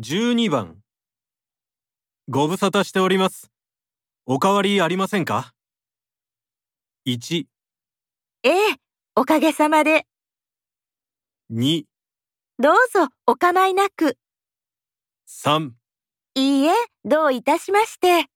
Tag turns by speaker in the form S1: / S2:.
S1: 12番ご無沙汰しております。おかわりありませんか ?1、
S2: ええ、おかげさまで。
S1: 2、
S2: どうぞ、お構いなく。
S1: 3
S2: いいえ、どういたしまして。